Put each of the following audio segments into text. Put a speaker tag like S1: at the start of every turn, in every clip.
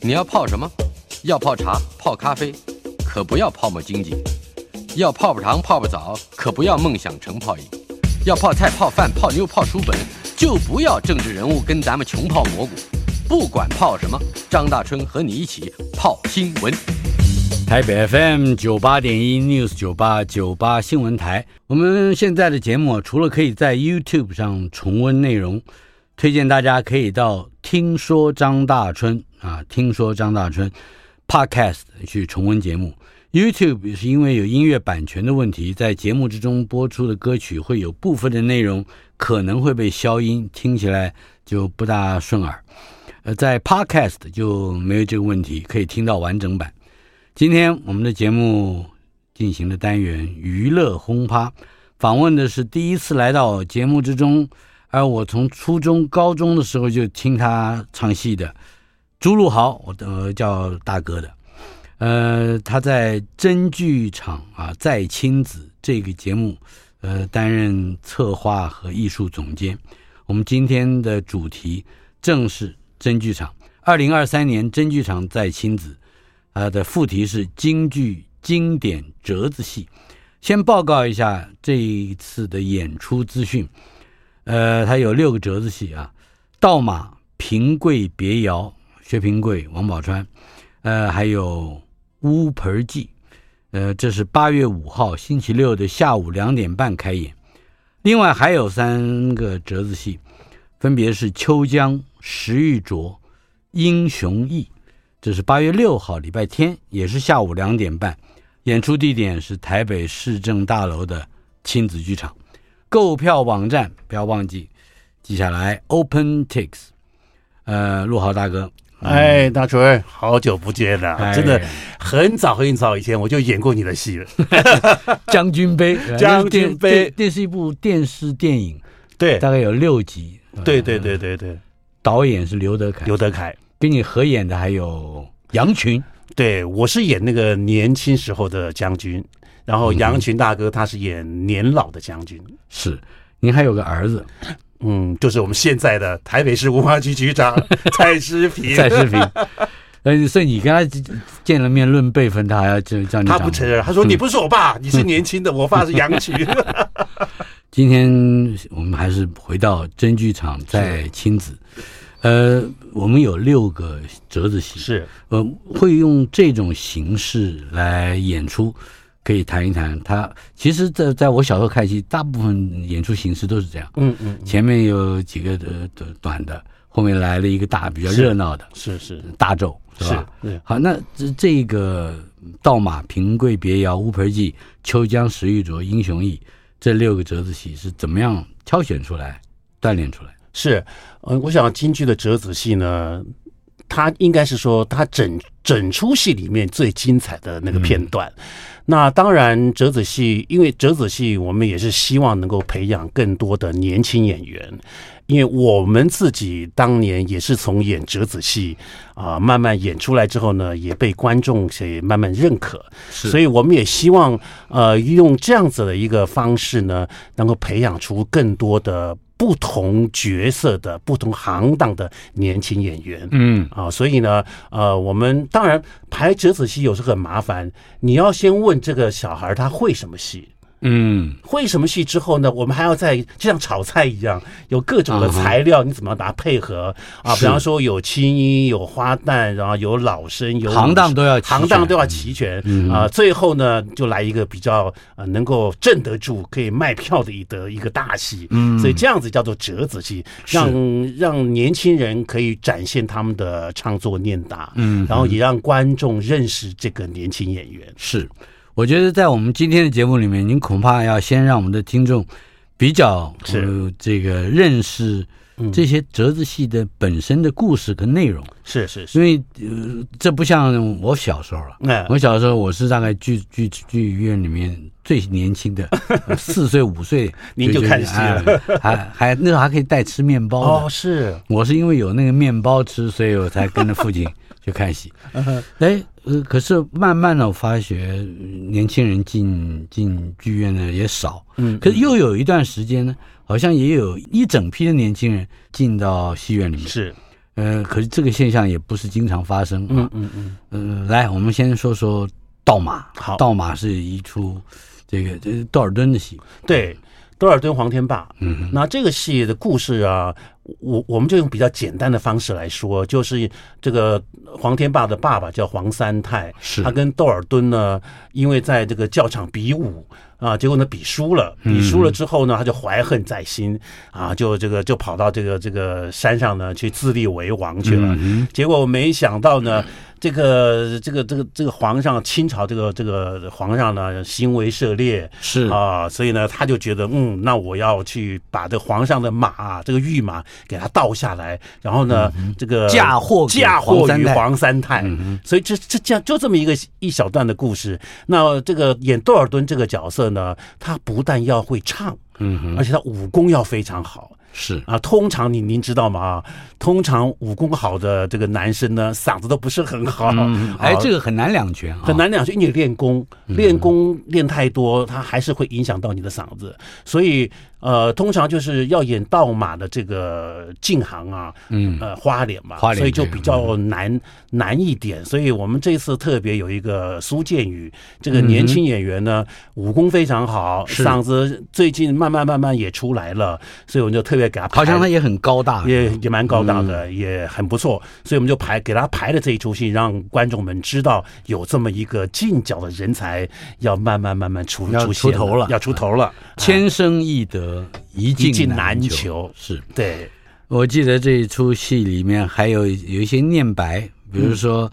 S1: 你要泡什么？要泡茶、泡咖啡，可不要泡沫经济；要泡泡糖、泡泡澡，可不要梦想成泡影；要泡菜、泡饭、泡妞、泡书本，就不要政治人物跟咱们穷泡蘑菇。不管泡什么，张大春和你一起泡新闻。
S2: 台北 FM 九八点一 News 九八九八新闻台，我们现在的节目啊除了可以在 YouTube 上重温内容，推荐大家可以到“听说张大春”啊，“听说张大春 ”Podcast 去重温节目。YouTube 是因为有音乐版权的问题，在节目之中播出的歌曲会有部分的内容可能会被消音，听起来就不大顺耳。呃，在 Podcast 就没有这个问题，可以听到完整版。今天我们的节目进行的单元“娱乐轰趴”，访问的是第一次来到节目之中，而我从初中、高中的时候就听他唱戏的朱露豪，我呃叫大哥的，呃，他在真剧场啊《再亲子》这个节目，呃，担任策划和艺术总监。我们今天的主题正是真剧场，二零二三年真剧场《再亲子》。它的副题是京剧经典折子戏。先报告一下这一次的演出资讯，呃，它有六个折子戏啊，《盗马》《平贵别谣》，薛平贵、王宝钏，呃，还有《乌盆记》，呃，这是八月五号星期六的下午两点半开演。另外还有三个折子戏，分别是《秋江》《石玉镯》《英雄义》。这是八月六号，礼拜天，也是下午两点半，演出地点是台北市政大楼的亲子剧场。购票网站不要忘记记下来，OpenTix。呃，陆豪大 哥，
S3: 哎，大锤，好久不见了！
S2: 嗯哎
S3: 真的，很早很早以前我就演过你的戏了。
S2: 将军杯，
S3: 将军杯
S2: 这这这是一部电视电影，
S3: 对，
S2: 大概有六集。
S3: 对
S2: 呃
S3: 对对对对，
S2: 导演是刘德凯，
S3: 刘德凯，
S2: 跟你合演的还有杨群，
S3: 对我是演那个年轻时候的将军，然后杨群大哥他是演年老的将军。
S2: 是您还有个儿 子
S3: 嗯，就是我们现在的台北市文化局 局长蔡诗平，
S2: 蔡世平。呃，所以你跟他见了面论辈分，他还要叫叫你
S3: 他
S2: 长
S3: 不
S2: 辈
S3: 承认，他说你不是我爸，你是年轻的，我爸是 杨群。
S2: 今天我们还是回到真剧场，在亲子，呃，我们有六个折子戏，
S3: 是，
S2: 呃，会用这种形式来演出，可以谈一谈它。其实在，在我小时候看戏，大部分演出形式都是这样，
S3: 嗯嗯，
S2: 前面有几个呃短短的，后面来了一个大比较
S3: 是
S2: 热闹的
S3: 是是
S2: 大咒，是
S3: 是嗯
S2: 吧？，
S3: 对
S2: 好，那这这个盗马、平贵别窑、乌盆记、秋江、石玉镯、英雄义这六个折子戏是怎么样挑选出来、锻炼出来？
S3: 是，嗯，我想京剧的折子戏呢，它应该是说它整整出戏里面最精彩的那个片段。那当然，折子戏，因为折子戏，我们也是希望能够培养更多的年轻演员，因为我们自己当年也是从演折子戏啊、慢慢演出来之后呢，也被观众也慢慢认可，
S2: 是
S3: 所以我们也希望呃用这样子的一个方式呢，能够培养出更多的不同角色的不同行当的年轻演员。
S2: 嗯，
S3: 啊，所以呢，呃，我们当然排折子戏有时候很麻烦，你要先问这个小孩儿他会什么戏，
S2: 嗯，
S3: 会什么戏之后呢，我们还要在就像炒菜一样，有各种的
S2: 啊哈
S3: 材料，你怎么样把它配合啊？比
S2: 是
S3: 方说有青衣，有花旦，然后有老生，有
S2: 行当都要齐全
S3: 行当都要呃齐全
S2: 嗯
S3: 啊。最后呢，就来一个比较呃能够镇得住、可以卖票的一的一个大戏。
S2: 嗯
S3: 所以这样子叫做折子戏，让让年轻人可以展现他们的唱作念打，
S2: 嗯
S3: 然后也让观众认识这个年轻演员。
S2: 是。我觉得在我们今天的节目里面，您恐怕要先让我们的听众比较
S3: 是
S2: 呃这个认识
S3: 嗯
S2: 这些折子戏的本身的故事跟内容，
S3: 是是是，
S2: 因为呃这不像我小时候了。
S3: 那
S2: 我小时候，我是大概剧剧剧院里面最年轻的， 四岁五岁
S3: 您就看戏了，
S2: 哎还还那时候还可以带吃面包
S3: 哦
S2: 的。
S3: 是。
S2: 我是因为有那个面包吃，所以我才跟着父亲 去看 戏。哎，呃，可是慢慢的，我发觉呃年轻人进进剧院呢也少，
S3: 嗯
S2: 可是又有一段时间呢，好像也有一整批的年轻人进到戏院里面。
S3: 是
S2: 呃，可是这个现象也不是经常发生啊。
S3: 嗯嗯嗯，
S2: 嗯，来，我们先说说《盗马》。
S3: 好
S2: 《盗马》是一出这个这是道尔顿的戏。
S3: 对，多尔敦黄天霸。
S2: 嗯
S3: 那这个戏的故事啊，我我们就用比较简单的方式来说，就是这个黄天霸的爸爸叫黄三泰，
S2: 是
S3: 他跟窦尔敦呢，因为在这个教场比武啊，结果呢比输了，
S2: 嗯
S3: 比输了之后呢，他就怀恨在心啊，就这个就跑到这个这个山上呢去自立为王去
S2: 嗯
S3: 了。结果没想到呢，这个这个这个这个皇上，清朝这个这个皇上呢行为涉猎，
S2: 是
S3: 啊，所以呢，他就觉得，嗯，那我要去把这皇上的马，这个御马给他倒下来，然后呢，
S2: 嗯
S3: 这个
S2: 嫁祸给
S3: 嫁
S2: 黄
S3: 祸
S2: 三
S3: 于
S2: 太
S3: 黄三太，
S2: 嗯
S3: 所以这这这样就这么一个一小段的故事。那这个演窦尔敦这个角色呢，他不但要会唱，
S2: 嗯哼，
S3: 而且他武功要非常好。
S2: 是
S3: 啊，通常您您知道吗？啊，通常武功好的这个男生呢，嗓子都不是很好。
S2: 嗯，哎，
S3: 啊
S2: 这个很难两全啊，嗯
S3: 很难两全，因为你练功，练功练太多，它还是会影响到你的嗓子。所以，呃，通常就是要演盗马的这个进行啊，
S2: 嗯，
S3: 呃，花脸嘛，
S2: 花脸
S3: 所以就
S2: 对嗯
S3: 比较难难一点。所以我们这次特别有一个苏建宇这个年轻演员呢，武功非常好，
S2: 嗯是
S3: 嗓子最近慢慢慢慢也出来了，所以我们就特别给他排
S2: 好像他也很高大，
S3: 也也蛮高大
S2: 嗯
S3: 的，也很不错，所以我们就排给他排了这一出戏，让观众们知道有这么一个进角的人才要慢慢慢慢出
S2: 要
S3: 现
S2: 出头了
S3: 要出头了，啊
S2: 天生易得，一
S3: 一进
S2: 进
S3: 难
S2: 求
S3: 求。
S2: 是
S3: 对，
S2: 我记得这一出戏里面还有有一些念白，比如说，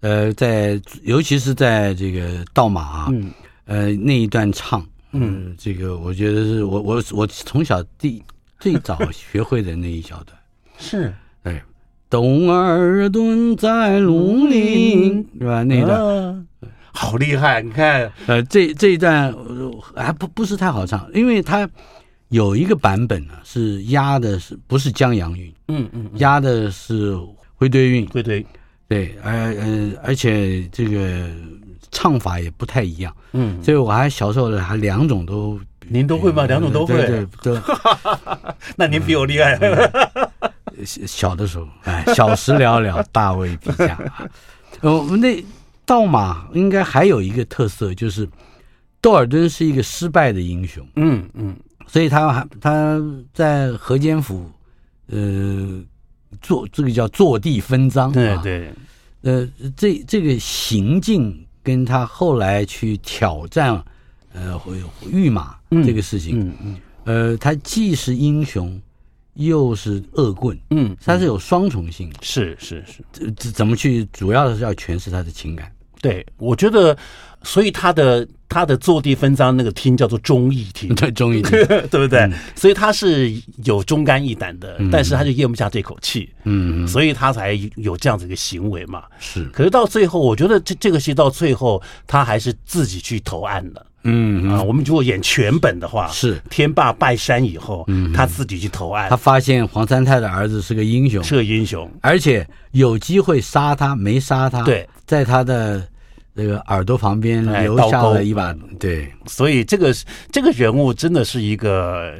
S2: 呃，在尤其是在这个盗马啊，
S3: 嗯
S2: 呃那一段唱，嗯、这个我觉得是我我我从小第最早学会的那一小段，
S3: 是
S2: 对，董尔顿在庐陵，是吧？那一段，
S3: 段好厉害，你看，
S2: 呃，这这一段呃还不不是太好唱，因为它有一个版本呢、是压的是不是江阳韵，
S3: 嗯嗯，
S2: 压的是徽堆韵，
S3: 对对，
S2: 对，而呃，而且这个唱法也不太一样，
S3: 嗯，
S2: 所以我还小时候还两种都
S3: 您都会吗？啊两种都
S2: 嗯对对嗯
S3: 会，
S2: 对，
S3: 那您比我厉害，
S2: 小小的时候，哎，小时了 了，大未必佳。呃，我们那盗马应该还有一个特色，就是窦尔敦是一个失败的英雄，
S3: 嗯嗯，
S2: 所以他还他在河间府，呃，坐这个叫坐地分赃、啊，
S3: 对对，
S2: 呃，这这个行径跟他后来去挑战，呃，回御马这个事情，
S3: 嗯嗯
S2: 呃，他既是英雄，又是恶棍，
S3: 嗯，
S2: 他是有双重性的。
S3: 是是是。
S2: 这这怎么去？主要是要诠释他的情感。
S3: 对，我觉得，所以他的他的坐地分赃那个厅叫做忠义厅，
S2: 对，终于
S3: 对不对？
S2: 嗯
S3: 所以他是有忠肝义胆的，但是他就咽不下这口气，
S2: 嗯，
S3: 所以他才有这样子一个行为嘛。
S2: 是，
S3: 可是到最后，我觉得这这个戏到最后，他还是自己去投案了
S2: 嗯，
S3: 啊。我们如果演全本的话，
S2: 是嗯
S3: 天霸拜山以后，他自己去投案
S2: 他，发现黄三太的儿子是个英雄，
S3: 是个英雄。
S2: 而且有机会杀他，没杀他，
S3: 对，
S2: 在他的这个耳朵旁边
S3: 哎
S2: 留
S3: 倒
S2: 下
S3: 钩
S2: 了一把，对，
S3: 所以这个是这个人物真的是一个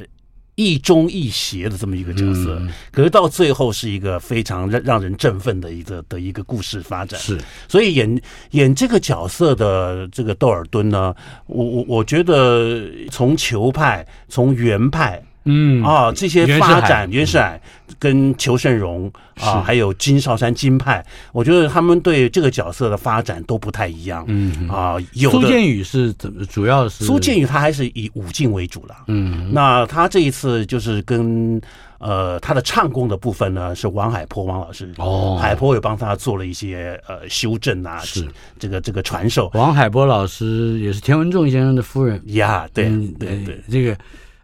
S3: 亦忠亦邪的这么一个角色，
S2: 嗯
S3: 可是到最后是一个非常让让人振奋的一个的一个故事发展。
S2: 是，
S3: 所以演演这个角色的这个窦尔敦呢，我我我觉得从球派、从原派
S2: 嗯
S3: 啊这些
S2: 袁世
S3: 发
S2: 海嗯
S3: 展，袁世海跟裘盛戎
S2: 是
S3: 啊，还有金少山金派，我觉得他们对这个角色的发展都不太一样。
S2: 嗯，
S3: 啊，有
S2: 苏
S3: 的
S2: 建宇是怎么？主要是
S3: 苏建宇他还是以武进为主了。
S2: 嗯，
S3: 那他这一次就是跟呃他的唱功的部分呢，是王海波王老师
S2: 哦
S3: 海波也帮他做了一些呃修正啊，
S2: 是
S3: 这个这个传授
S2: 王海波老师也是田文仲先生的夫人，
S3: 呀，对
S2: 嗯
S3: 对
S2: 呃
S3: 对
S2: 这个，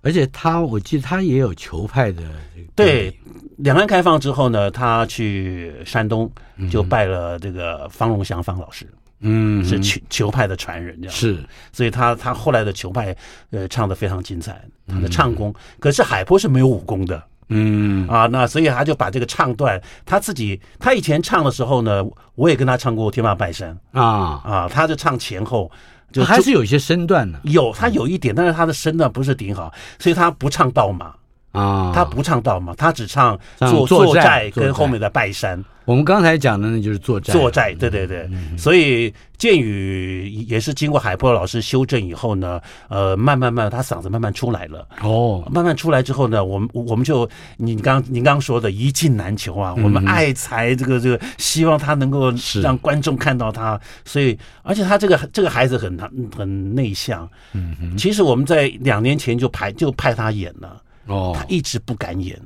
S2: 而且他我记得他也有球派的这个
S3: 对，两岸开放之后呢，他去山东就拜了这个方荣祥方老师，
S2: 嗯，
S3: 是球球派的传人这样，
S2: 是
S3: 所以他他后来的球派呃唱的非常精彩，他的唱功，可是海波是没有武功的。
S2: 嗯
S3: 啊，那所以他就把这个唱段，他自己他以前唱的时候呢，我也跟他唱过《天马拜山》
S2: 啊，
S3: 啊，他就唱前后就
S2: 他还
S3: 就是
S2: 有一些身段的
S3: 有他有一点，但是他的声呢不是挺好，所以他不唱盗马
S2: 啊，
S3: 他不唱道嘛，他只唱
S2: 唱
S3: 做
S2: 作
S3: 做
S2: 债
S3: 债
S2: 作
S3: 跟后
S2: 债
S3: 面的拜山。
S2: 我们刚才讲的呢就是作债，
S3: 作债，对
S2: 嗯
S3: 对对，所以剑宇也是经过海波老师修正以后呢，呃，慢慢慢他嗓子慢慢出来了，
S2: 哦，
S3: 慢慢出来之后呢，我们我们就你刚您刚说的一进难求啊，我们爱才这个这个，希望他能够
S2: 嗯是
S3: 让观众看到他，所以而且他这个这个孩子很很内向，嗯，其实我们在两年前就排就派他演了，
S2: 哦
S3: 他，一直不敢演，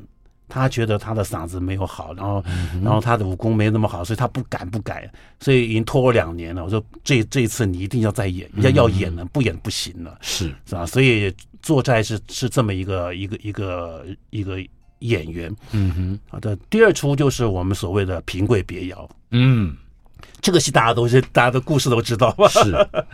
S3: 他觉得他的嗓子没有好，然后、
S2: 嗯
S3: 然后他的武功没那么好，所以他不敢不敢，所以已经拖我两年了。我说这这一次你一定要再演，要
S2: 嗯
S3: 要演了，不演不行了，
S2: 是
S3: 是吧？所以做债是是这么一个一个一个一个演员。
S2: 嗯哼，
S3: 好的，第二出就是我们所谓的平贵别谣。
S2: 嗯
S3: 这个戏大家都是大家的故事都知道吧？
S2: 是，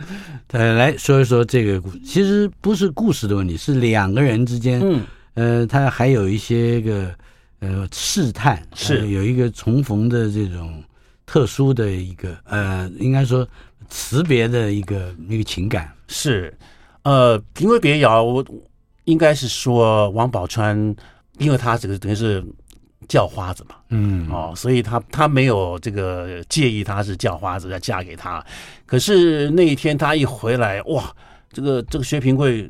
S2: 呃，来说一说这个故，其实不是故事的问题，是两个人之间，
S3: 嗯，
S2: 呃，他还有一些个呃试探，
S3: 是
S2: 呃有一个重逢的这种特殊的一个呃，应该说辞别的一个一个情感，
S3: 是，呃，平贵别谣，我应该是说王宝钏，因为他这个等于是叫花子嘛，
S2: 嗯
S3: 哦，所以他他没有这个介意她是叫花子要嫁给他，可是那一天他一回来，哇，这个这个薛平贵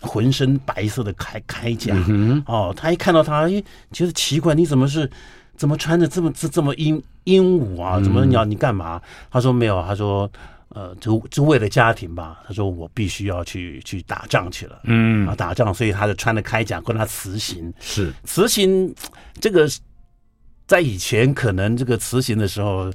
S3: 浑身白色的铠铠甲，
S2: 嗯
S3: 哦，他一看到他，哎，觉得奇怪，你怎么是怎么穿的这么这这么英英武啊？
S2: 嗯
S3: 怎么你要你干嘛？他说没有，他说呃，就就为了家庭吧。他说我必须要去去打仗去了。啊，
S2: 嗯，
S3: 打仗，所以他就穿着铠甲跟他辞行。
S2: 是
S3: 辞行这个在以前可能这个辞行的时候，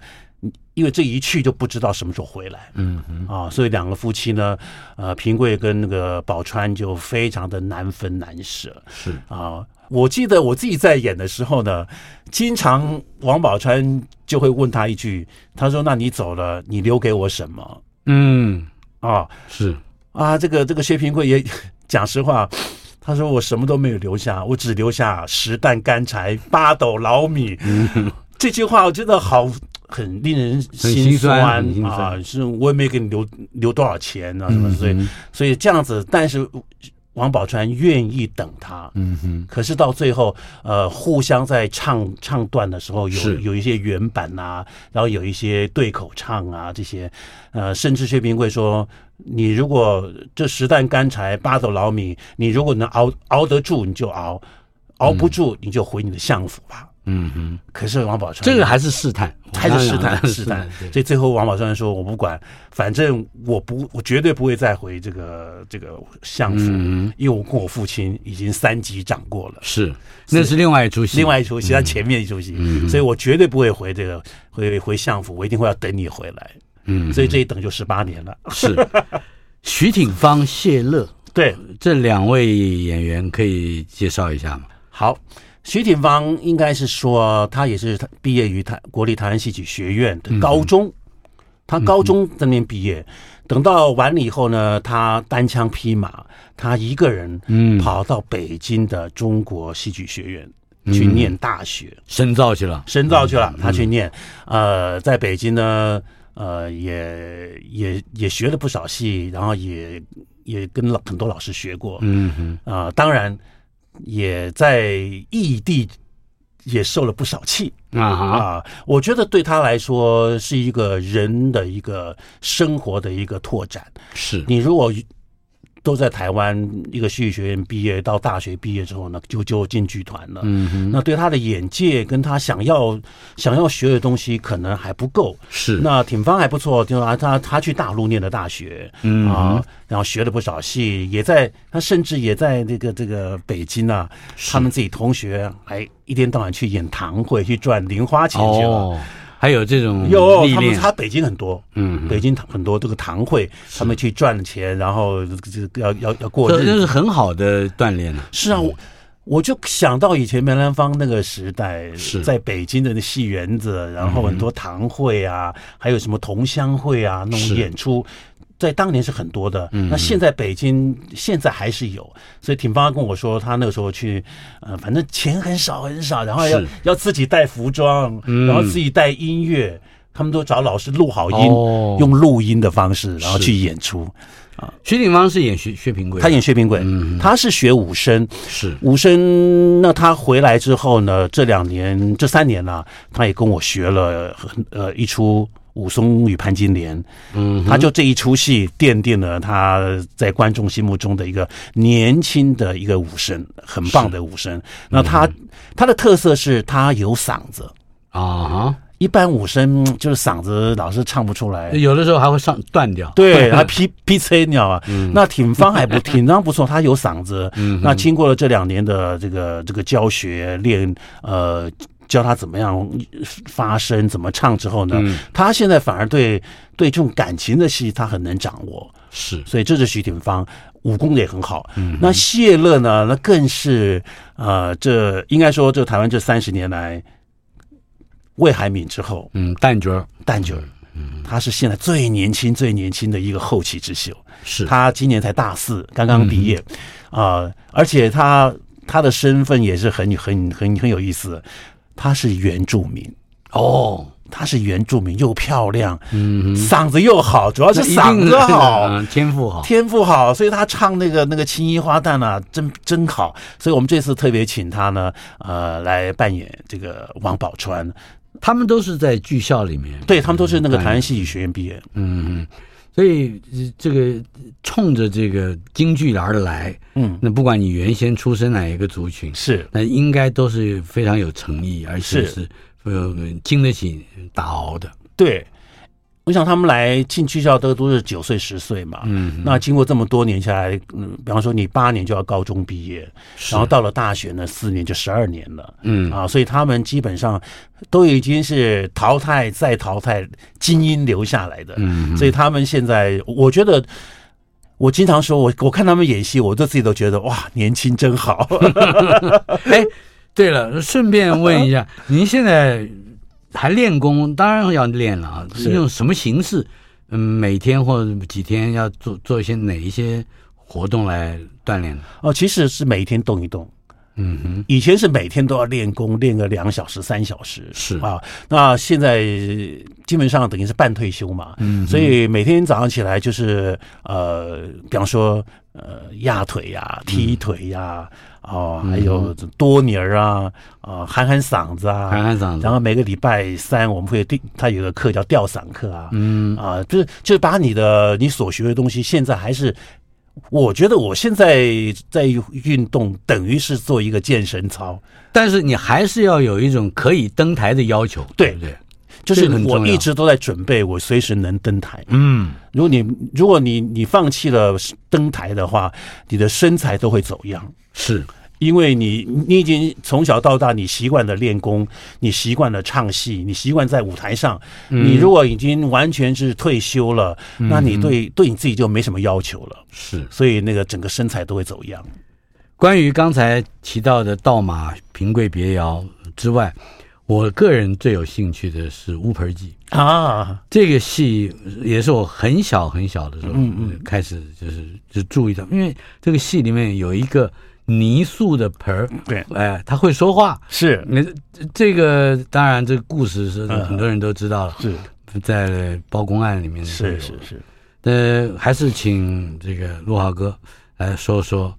S3: 因为这一去就不知道什么时候回来
S2: 嗯哼
S3: 啊，所以两个夫妻呢，呃，平贵跟那个宝钏就非常的难分难舍。
S2: 是
S3: 啊。我记得我自己在演的时候呢，经常王宝钏就会问他一句，他说：“那你走了，你留给我什么
S2: 嗯？”
S3: 啊
S2: 是
S3: 啊，这个这个薛平贵也 讲实话，他说我什么都没有留下，我只留下十担干柴、八斗老米。
S2: 嗯
S3: 这句话我觉得好。很令人心
S2: 心酸
S3: 酸
S2: 很心酸
S3: 啊！是我也没给你留留多少钱啊，什么所以
S2: 嗯
S3: 所以这样子，但是王宝钏愿意等他，
S2: 嗯哼
S3: 可是到最后，呃，互相在唱唱段的时候，有
S2: 是
S3: 有一些原版啊，然后有一些对口唱啊，这些，呃，甚至薛平贵说，你如果这十担干柴八斗老米，你如果能熬熬得住，你就熬；熬不住，你就回你的相府吧。
S2: 嗯哼，
S3: 可是王宝钏
S2: 这个还是试探，
S3: 还是试
S2: 我刚
S3: 探
S2: 刚
S3: 试探，
S2: 对
S3: 所以最后王宝钏说：“我不管，反正我不，我绝对不会再回这个这个相府，
S2: 嗯
S3: 因为我跟我父亲已经三级掌过了。”
S2: 是那是另外一出戏，
S3: 另外一出戏，他前面一出戏，
S2: 嗯
S3: 所以我绝对不会回这个回回相府，我一定会要等你回来。
S2: 嗯
S3: 所以这一等就十八年了。
S2: 是徐挺芳、谢乐
S3: 对，
S2: 这两位演员可以介绍一下吗？
S3: 好，徐挺芳应该是说他也是他毕业于台国立台湾戏曲学院
S2: 嗯
S3: 的高中，他高中在那边毕业，等到完了以后呢，他单枪匹马，他一个人
S2: 嗯，
S3: 跑到北京的中国戏剧学院
S2: 嗯
S3: 去念大学。
S2: 深造去了，
S3: 深造去了，他去念，
S2: 嗯
S3: 呃，在北京呢，呃，也也也学了不少戏，然后也也跟了很多老师学过，
S2: 嗯哼，
S3: 啊、当然也在异地也受了不少气
S2: 啊哈，
S3: 啊、我觉得对他来说是一个人的一个生活的一个拓展。
S2: 是
S3: 你如果都在台湾一个戏剧学院毕业，到大学毕业之后呢，就就进剧团了。
S2: 嗯哼，
S3: 那对他的眼界跟他想要想要学的东西可能还不够。
S2: 是
S3: 那挺方还不错，就是啊，他他去大陆念的大学，
S2: 嗯
S3: 啊，然后学了不少戏，也在他甚至也在这个这个北京啊，他们自己同学还一天到晚去演堂会去赚零花钱去了。
S2: 哦，还有这种
S3: 有
S2: 历
S3: 他们，
S2: 练，
S3: 他北京很多，
S2: 嗯，
S3: 北京很多这个堂会，他们去赚钱，然后这个要要要过
S2: 这
S3: 日子
S2: 这。是很好的锻炼了，
S3: 是啊，我我就想到以前梅兰芳那个时代，
S2: 是
S3: 在北京的那戏园子，然后很多堂会啊，还有什么同乡会啊，
S2: 嗯
S3: 那
S2: 是嗯
S3: 种演出。在当年是很多的，那现在北京现在还是有，所以挺芳跟我说，他那个时候去，呃，反正钱很少很少，然后要
S2: 是嗯
S3: 要自己带服装，然后自己带音乐，他们都找老师录好音，
S2: 哦
S3: 用录音的方式，然后
S2: 是
S3: 去演出。
S2: 徐景芳是演薛薛平贵，
S3: 他演薛平贵，
S2: 嗯
S3: 他是学武生，
S2: 是
S3: 武生那他回来之后呢，这两年这三年呢、他也跟我学了很呃一出《武松与潘金莲》，嗯，他就这一出戏奠定了他在观众心目中的一个年轻的一个武生，很棒的武生。那他、他的特色是他有嗓子。
S2: 啊
S3: 一般武生嗯就是嗓子老是唱不出来
S2: 哈，，有的时候还会上断 掉，
S3: 对，啊 他 P P C 鸟啊，那挺方还不挺方不错，他有嗓子。那经过了这两年的这个这个教学练，呃，教他怎么样发声、怎么唱之后呢，他现在反而对对这种感情的戏他很能掌握，
S2: 是
S3: 所以这是徐挺芳。武功也很好，那谢乐呢？那更是呃，这应该说，这台湾这三十年来，魏海敏之后，
S2: 嗯，旦角儿
S3: 蛋卷儿，
S2: 嗯
S3: 他是现在最年轻、最年轻的一个后起之秀。
S2: 是嗯
S3: 他今年才大四，刚刚毕业，啊、而且他他的身份也是很很很很有意思，他是原住民。
S2: 哦，
S3: 他是原住民，又漂亮，嗯，嗓子又好，主要是
S2: 那一定
S3: 嗓 子好，
S2: 嗯天赋好，
S3: 天赋好，所以他唱那个那个《青衣花旦》啊，真真好。所以我们这次特别请他呢，呃，来扮演这个王宝钏。
S2: 他们都是在剧校里面，
S3: 对他们都是那个台湾戏剧学院毕业，
S2: 嗯，嗯，所以呃这个冲着这个京剧而来，
S3: 嗯，
S2: 那不管你原先出身哪一个族群，
S3: 是
S2: 那应该都是非常有诚意，而且
S3: 是
S2: 是呃经得起打熬的。
S3: 对，我想他们来进剧校都都是九岁十岁嘛，嗯，那经过这么多年下来，嗯，比方说你八年就要高中毕业，然后到了大学呢，四年就十二年了，
S2: 嗯
S3: 啊，所以他们基本上都已经是淘汰再淘汰精英留下来的，
S2: 嗯，
S3: 所以他们现在我觉得。我经常说，我我看他们演戏，我都自己都觉得哇，年轻 真好。
S2: 哎，对了，顺便问一 下，您现在还练功？当然要练了啊，
S3: 是
S2: 用什么形式？嗯，每天或者几天要做做一些哪一些活动来锻炼呢？
S3: 哦，其实是每天动一动，
S2: 嗯哼，
S3: 以前是每天都要练功，练个两小时、三小时，
S2: 是
S3: 啊。那现在呃基本上等于是半退休嘛，嗯，所以每天早上起来就是呃，比方说呃压腿呀、
S2: 嗯
S3: 踢腿呀、哦，还有多泥儿啊，啊、喊喊嗓子啊，
S2: 喊喊嗓子
S3: 然后每个礼拜三我们会定，它有个课叫吊嗓课啊，嗯啊，就是就是把你的你所学的东西，现在还是。我觉得我现在在运动，等于是做一个健身操，
S2: 但是你还是要有一种可以登台的要求，
S3: 对
S2: 不对？
S3: 就是
S2: 这个很重
S3: 我
S2: 要
S3: 一直都在准备，我随时能登台。
S2: 嗯，
S3: 如果你如果你你放弃了登台的话，你的身材都会走样，
S2: 是
S3: 因为你你已经从小到大你习惯了练功，你习惯了唱戏，你习惯在舞台上。你如果已经完全是退休了，那你对对你自己就没什么要求了，
S2: 是。
S3: 所以那个整个身材都会走样。
S2: 关于刚才提到的盗马、平贵别窑之外，我个人最有兴趣的是《乌盆记》
S3: 啊，
S2: 这个戏，也是我很小很小的时候
S3: 嗯
S2: 开始就是就注意到，因为这个戏里面有一个泥塑的盆儿，
S3: 对，
S2: 哎，他会说话。
S3: 是
S2: 那这个当然，这个故事是很多人都知道了，
S3: 嗯是
S2: 在包公案里面会有
S3: 是是是，
S2: 呃，还是请这个陆浩哥来说说《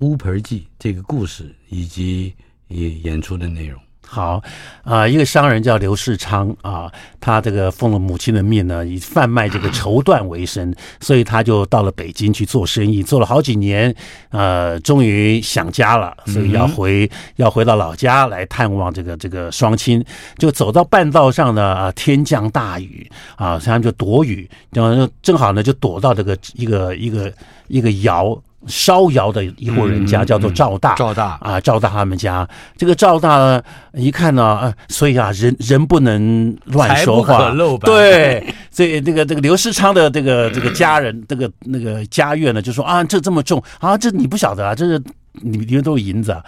S2: 乌盆记》这个故事以及演演出的内容。
S3: 好啊、一个商人叫刘世昌啊、他这个奉了母亲的命呢，以贩 卖这个绸缎为生，所以他就到了北京去做生意，做了好几年，呃，终于想家了，所
S2: 嗯
S3: 以要回、要回到老家来探望这个这个双亲。就走到半道上呢，啊，天降大雨啊，他们就躲雨，然后就正好呢就躲到这个一个一个一个窑烧窑的一户人家，
S2: 嗯
S3: 叫做赵大。
S2: 赵大，
S3: 啊，赵大他们家这个赵大呢一看呢、啊，所以啊，人人不能乱
S2: 财
S3: 说
S2: 不可
S3: 话，
S2: 露吧
S3: 对，所以这个这个刘世昌的这个这个家人，这个那个家院呢，就说啊，这这么重啊，这你不晓得啊，这是你你们都是银子、啊，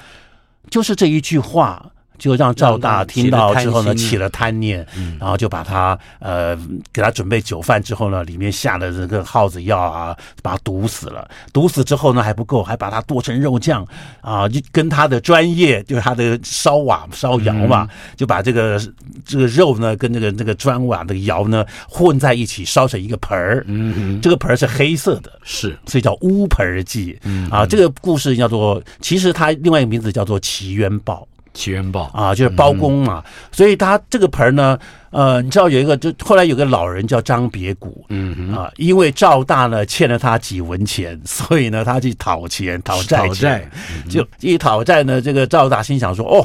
S3: 就是这一句话就让赵大听到之后呢，
S2: 让他起
S3: 起
S2: 了
S3: 了贪念，然后就把他呃给他准备酒饭之后呢，里面下了这个耗子药啊，把他毒死了。毒死之后呢还不够，还把它剁成肉酱啊，就跟他的专业就是他的烧瓦烧窑嘛，就把这个这个肉呢跟这个这个砖瓦的窑呢混在一起烧成一个盆儿。嗯，这个盆儿是黑色的，
S2: 是
S3: 所以叫乌盆儿记。
S2: 嗯
S3: 啊，这个故事叫做，其实它另外一个名字叫做奇冤报。
S2: 奇缘报
S3: 啊，就是包公嘛。所以他这个盆儿呢，呃，你知道有一个，就后来有个老人叫张别谷，嗯啊，因为赵大呢欠了他几文钱， 所以呢他去讨钱讨债
S2: 讨
S3: 钱
S2: 债，嗯
S3: 就一讨债呢，这个赵大心想说，哦，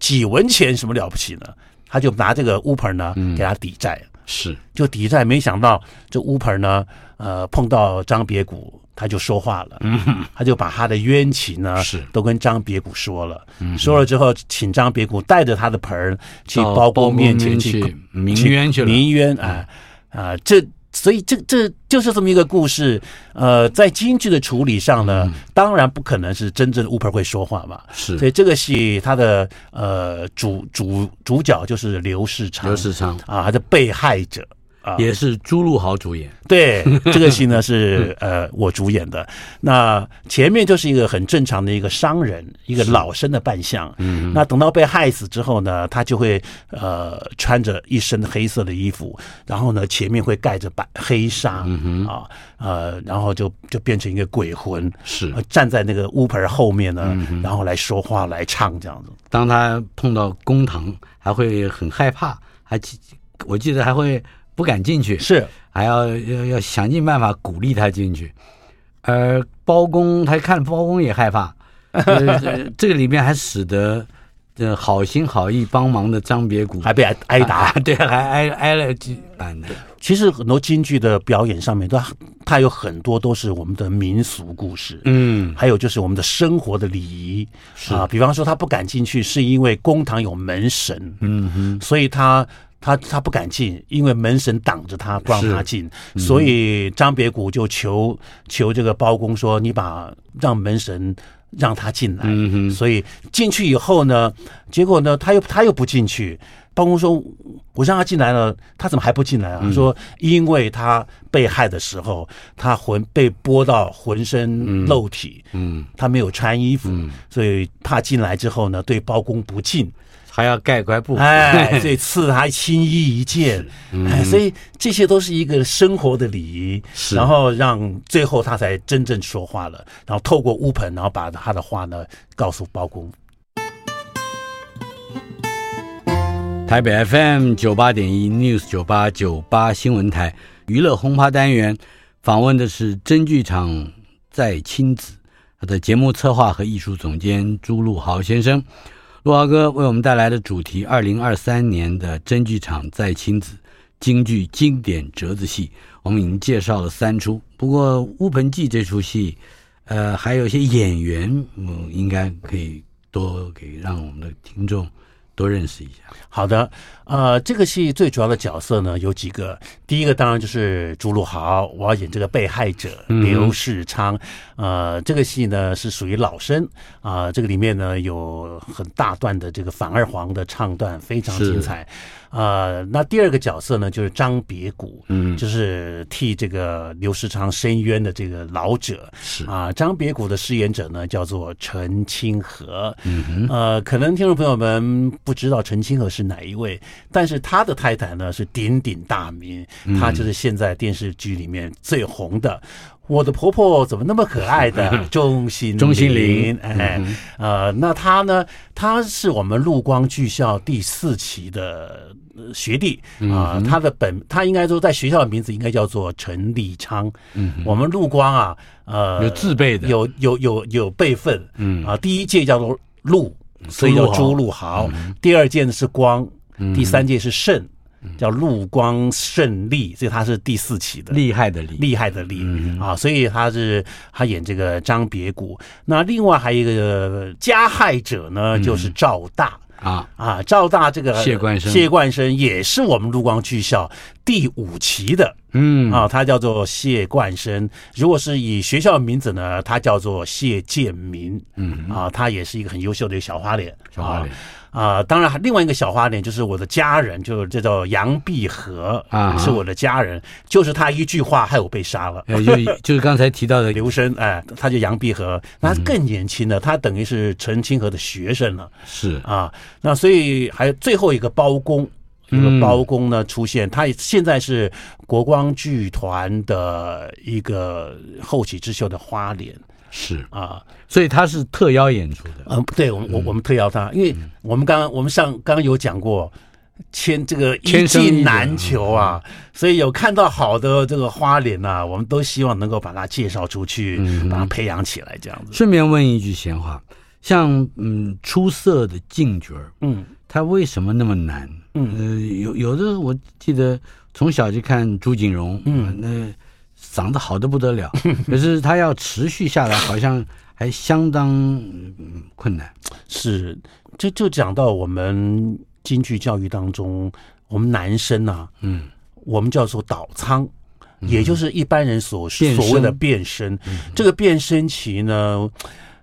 S3: 几文钱什么了不起呢？他就拿这个乌盆儿呢
S2: 嗯
S3: 给他抵债，
S2: 是
S3: 就抵债，没想到这乌盆儿呢，呃，碰到张别谷，他就说话了，他就把他的冤情呢，
S2: 嗯是嗯
S3: 都跟张别谷说了，说了之后，请张别谷带着他的盆儿去
S2: 到
S3: 包
S2: 包
S3: 公
S2: 公
S3: 面
S2: 面
S3: 前去
S2: 去鸣冤去了嗯
S3: 鸣冤啊啊！这所以这这就是这么一个故事，呃，在京剧的处理上呢，当然不可能是真正的乌盆儿会说话嘛，
S2: 嗯是
S3: 所以这个戏它的呃主主主角就是刘世昌，
S2: 刘世昌
S3: 啊，他的被害者。啊。
S2: 也是朱露豪主演，
S3: 对，这个戏呢是 呃我主演的。那前面就是一个很正常的一个商人，一个老生的扮相。嗯，那等到被害死之后呢，他就会呃穿着一身黑色的衣服，然后呢前面会盖着白黑纱，嗯、啊呃，然后就就变成一个鬼魂，
S2: 是
S3: 呃站在那个乌盆儿后面呢，然后来说话来唱这样子。
S2: 当他碰到公堂，还会很害怕，还记我记得还会不敢进去，
S3: 是
S2: 还要要要想尽办法鼓励他进去。而包公他看包公也害怕， 呃、这个里面还使得呃好心好意帮忙的张别谷
S3: 还被挨挨打。
S2: 啊对，还挨挨了几板的，
S3: 其实很多京剧的表演上面都，它有很多都是我们的民俗故事。
S2: 嗯，
S3: 还有就是我们的生活的礼仪啊，比方说他不敢进去，是因为公堂有门神，嗯哼，所以他他他不敢进，因为门神挡着他不让他进，所以张别谷就求求这个包公说：“你把让门神。”让他进来，嗯、所以进去以后呢，结果呢，他又他又不进去。包公说：“我让他进来了，他怎么还不进来
S2: 嗯
S3: 啊？”说：“因为他被害的时候，他魂被剥到浑身露体，
S2: 嗯，
S3: 他没有穿衣服，所以怕进来之后呢，对包公不敬，
S2: 还要盖块布，
S3: 哎，所以赐他青衣一件，
S2: 嗯
S3: 哎，所以这些都是一个生活的礼仪，
S2: 是
S3: 然后让最后他才真正说话了，然后透过乌盆，然后把他的话呢告诉包公。
S2: 台北 FM 九八点一 News 九八九八新闻台娱乐轰趴单元，访问的是真剧场在亲子，他的节目策划和艺术总监朱陆豪先生。陆豪哥为我们带来的主题：二零二三年的真剧场在亲子京剧经典折子戏，我们已经介绍了三出。不过《乌盆记》这出戏，呃，还有一些演员，嗯，应该可以多给让我们的听众多认识一下。
S3: 好的，呃，这个戏最主要的角色呢有几个，第一个当然就是朱露豪，我要演这个被害者
S2: 嗯
S3: 刘世昌，呃，这个戏呢是属于老生啊、这个里面呢有很大段的这个反二黄的唱段，非常
S2: 是
S3: 精彩。呃，那第二个角色呢就是张别谷，
S2: 嗯
S3: 就是替这个刘世昌伸冤的这个老者，
S2: 是
S3: 啊，张别谷的饰演者呢叫做陈清河。嗯呃，可能听众朋友们不知道陈清河是哪一位，但是他的太太呢是鼎鼎大名，
S2: 嗯
S3: 她就是现在电视剧里面最红的。我的婆婆怎么那么可爱的 钟欣
S2: 钟欣
S3: 凌
S2: 凌？嗯
S3: 哎，呃，那她呢？她是我们陆光剧校第四期的呃学弟
S2: 嗯
S3: 啊、她的本她应该说在学校的名字应该叫做陈立昌。嗯，我们陆光啊，呃，
S2: 有自备的，
S3: 有有有有辈分，嗯啊，第一届叫做陆，所以
S2: 嗯朱陆
S3: 叫
S2: 豪嗯
S3: 朱陆豪；第二届呢是光，第三届是胜，
S2: 嗯
S3: 叫陆光胜利，所以他是第四期的。
S2: 厉害的厉，
S3: 厉害的厉、
S2: 嗯
S3: 啊，所以他是他演这个张别谷。那另外还有一个加害者呢，就是赵大。
S2: 啊，
S3: 啊，赵大这个
S2: 嗯谢冠生
S3: 谢冠生也是我们陆光剧校第五期的，
S2: 嗯
S3: 啊，他叫做谢冠生。如果是以学校名字呢，他叫做谢建民，嗯，啊，他也是一个很优秀的一个小花脸，
S2: 小花脸
S3: 啊。啊、当然，另外一个小花脸就是我的家人，就是这叫杨碧和
S2: 啊哈
S3: 是我的家人，就是他一句话害我被杀了。
S2: 呃，就就是刚才提到的，
S3: 刘生，哎，他就杨碧和，那他更年轻了，他等于是陈清河的学生了
S2: 是
S3: 啊。那所以还有最后一个包公，一
S2: 嗯
S3: 个包公呢出现，他也现在是国光剧团的一个后起之秀的花脸
S2: 是，
S3: 啊。
S2: 所以他是特邀演出的，
S3: 嗯，对，我们我我们推摇他，因为
S2: 嗯
S3: 我们刚刚我们上刚刚有讲过。千这个一
S2: 千生
S3: 技
S2: 一
S3: 难
S2: 人
S3: 求啊，所以有看到好的这个花脸呐、我们都希望能够把它介绍出去，
S2: 嗯
S3: 把它培养起来，这样子。
S2: 顺便问一句闲话，像嗯出色的净角儿，
S3: 嗯，
S2: 他为什么那么难？
S3: 嗯
S2: 呃，有有的我记得从小就看朱景荣，嗯，那嗓子好的不得了，可是他要持续下来，好像还相当嗯困难。
S3: 是，就就讲到我们京剧教育当中，我们男生啊，
S2: 嗯，
S3: 我们叫做倒仓，也就是一般人所
S2: 变嗯
S3: 所谓的
S2: 声
S3: 变声。这个变声期呢，